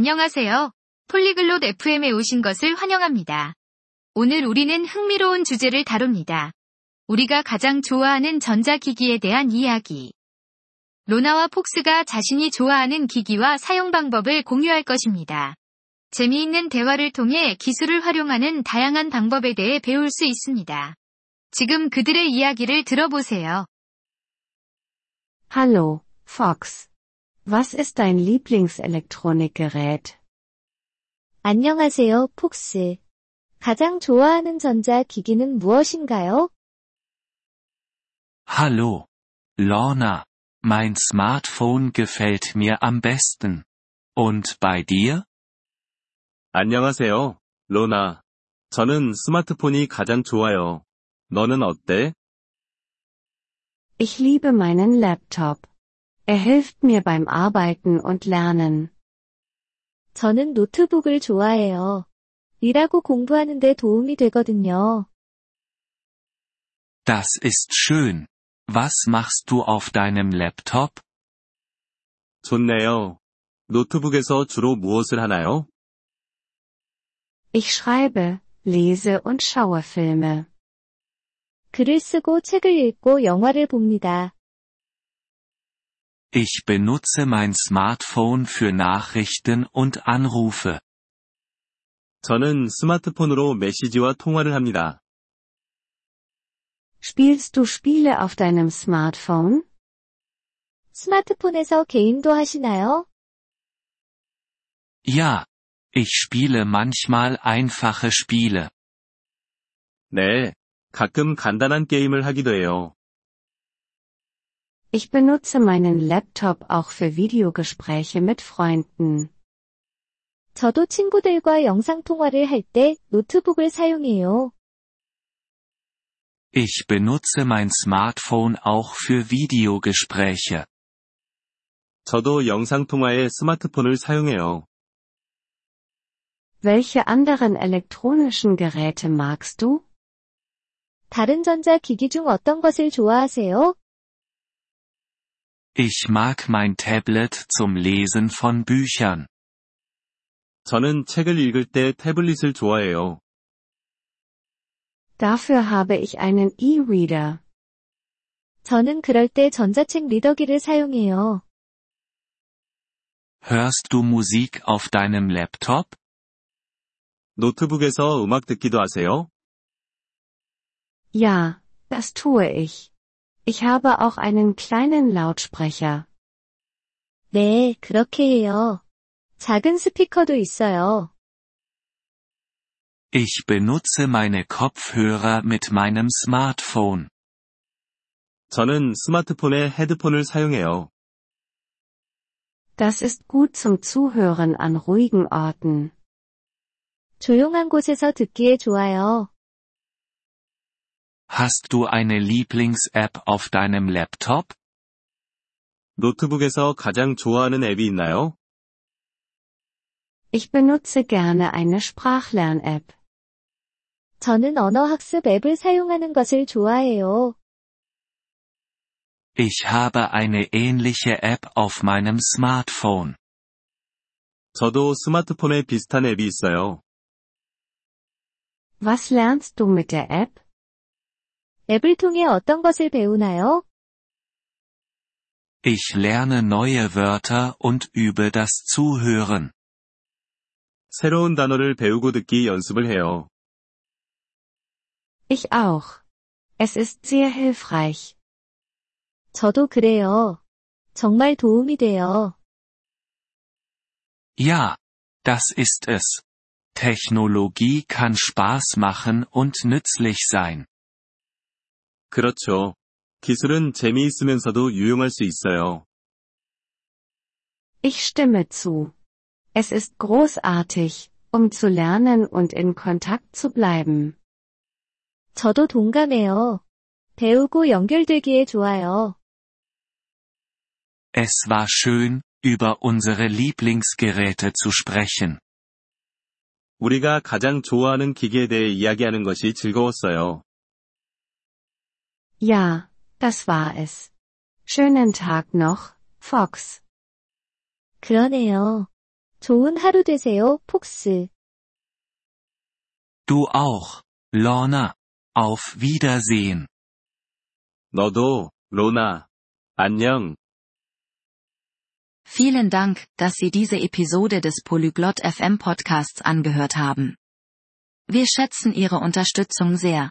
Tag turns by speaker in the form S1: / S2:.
S1: 안녕하세요. 폴리글롯 FM에 오신 것을 환영합니다. 오늘 우리는 흥미로운 주제를 다룹니다. 우리가 가장 좋아하는 전자기기에 대한 이야기. 로나와 폭스가 자신이 좋아하는 기기와 사용 방법을 공유할 것입니다. 재미있는 대화를 통해 기술을 활용하는 다양한 방법에 대해 배울 수 있습니다. 지금 그들의 이야기를 들어보세요.
S2: Hallo, Fox. Was ist dein Lieblingselektronikgerät?
S3: 안녕하세요, 폭스. 가장 좋아하는 전자 기기는 무엇인가요?
S4: Hallo. Lorna. Mein Smartphone gefällt mir am besten. Und bei dir?
S5: 안녕하세요, 로나. 저는 스마트폰이 가장 좋아요. 너는 어때?
S2: Ich liebe meinen Laptop. Er hilft mir beim Arbeiten und Lernen.
S3: 저는 노트북을 좋아해요. 일하고 공부하는데 도움이 되거든요.
S4: Das ist schön. Was machst du auf deinem Laptop?
S5: 좋네요. 노트북에서 주로 무엇을 하나요?
S2: Ich schreibe, lese und schaue Filme.
S3: 글을 쓰고 책을 읽고 영화를 봅니다.
S4: Ich benutze mein Smartphone für Nachrichten und Anrufe.
S5: 저는 스마트폰으로 메시지와 통화를 합니다.
S2: Spielst du Spiele auf deinem Smartphone?
S3: 스마트폰에서 게임도 하시나요?
S4: Ja. Ich spiele manchmal einfache Spiele.
S5: 네. 가끔 간단한 게임을 하기도 해요.
S2: Ich benutze meinen Laptop auch für Videogespräche mit Freunden.
S3: 저도 친구들과 영상통화를 할 때 노트북을 사용해요.
S4: Ich benutze mein Smartphone auch für Videogespräche.
S5: 저도 영상통화에 스마트폰을 사용해요.
S2: Welche anderen elektronischen Geräte magst du?
S3: 다른 전자 기기 중 어떤 것을 좋아하세요?
S4: Ich mag mein Tablet zum Lesen von Büchern.
S5: 저는 책을 읽을 때 태블릿을 좋아해요.
S2: Dafür habe ich einen E-Reader.
S3: 저는 그럴 때 전자책 리더기를 사용해요.
S4: Hörst du Musik auf deinem Laptop?
S5: 노트북에서 음악 듣기도 하세요?
S2: Ja, das tue ich. Ich habe auch einen kleinen Lautsprecher.
S3: 네, 그렇게 해요. 작은 스피커도 있어요.
S4: Ich benutze meine Kopfhörer mit meinem Smartphone.
S5: 저는 스마트폰에 헤드폰을 사용해요.
S2: Das ist gut zum Zuhören an ruhigen Orten.
S3: 조용한 곳에서 듣기에 좋아요.
S4: Hast du eine Lieblings-App auf deinem Laptop?
S5: 노트북에서 가장 좋아하는 앱이 있나요?
S2: Ich benutze gerne eine Sprachlern-App.
S3: 저는 언어학습 앱을 사용하는 것을 좋아해요.
S4: Ich habe eine ähnliche App auf meinem Smartphone.
S5: 저도 스마트폰에 비슷한 앱이 있어요.
S2: Was lernst du mit der App?
S3: 앱을 통해 어떤 것을 배우나요?
S4: Ich lerne neue Wörter und übe das Zuhören.
S5: 새로운 단어를 배우고 듣기 연습을 해요.
S2: Ich auch. Es ist sehr hilfreich.
S3: 저도 그래요. 정말 도움이 돼요.
S4: Ja, das ist es. Technologie kann Spaß machen und nützlich sein.
S5: 그렇죠. 기술은 재미있으면서도 유용할 수 있어요.
S2: Ich stimme zu. Es ist großartig, um zu lernen und in Kontakt zu bleiben.
S3: 저도 동감해요. 배우고 연결되기에 좋아요.
S4: Es war schön, über unsere Lieblingsgeräte zu sprechen.
S5: 우리가 가장 좋아하는 기기에 대해 이야기하는 것이 즐거웠어요.
S2: Ja, das war es. Schönen Tag noch, Fox.
S3: 그러네요.
S6: 좋은 하루 되세요, 폭스.
S4: Du auch, Lorna. Auf Wiedersehen.
S5: 너도, 로나. 안녕.
S3: Vielen Dank, dass Sie diese Episode des Polyglot FM Podcasts angehört haben. Wir schätzen Ihre Unterstützung sehr.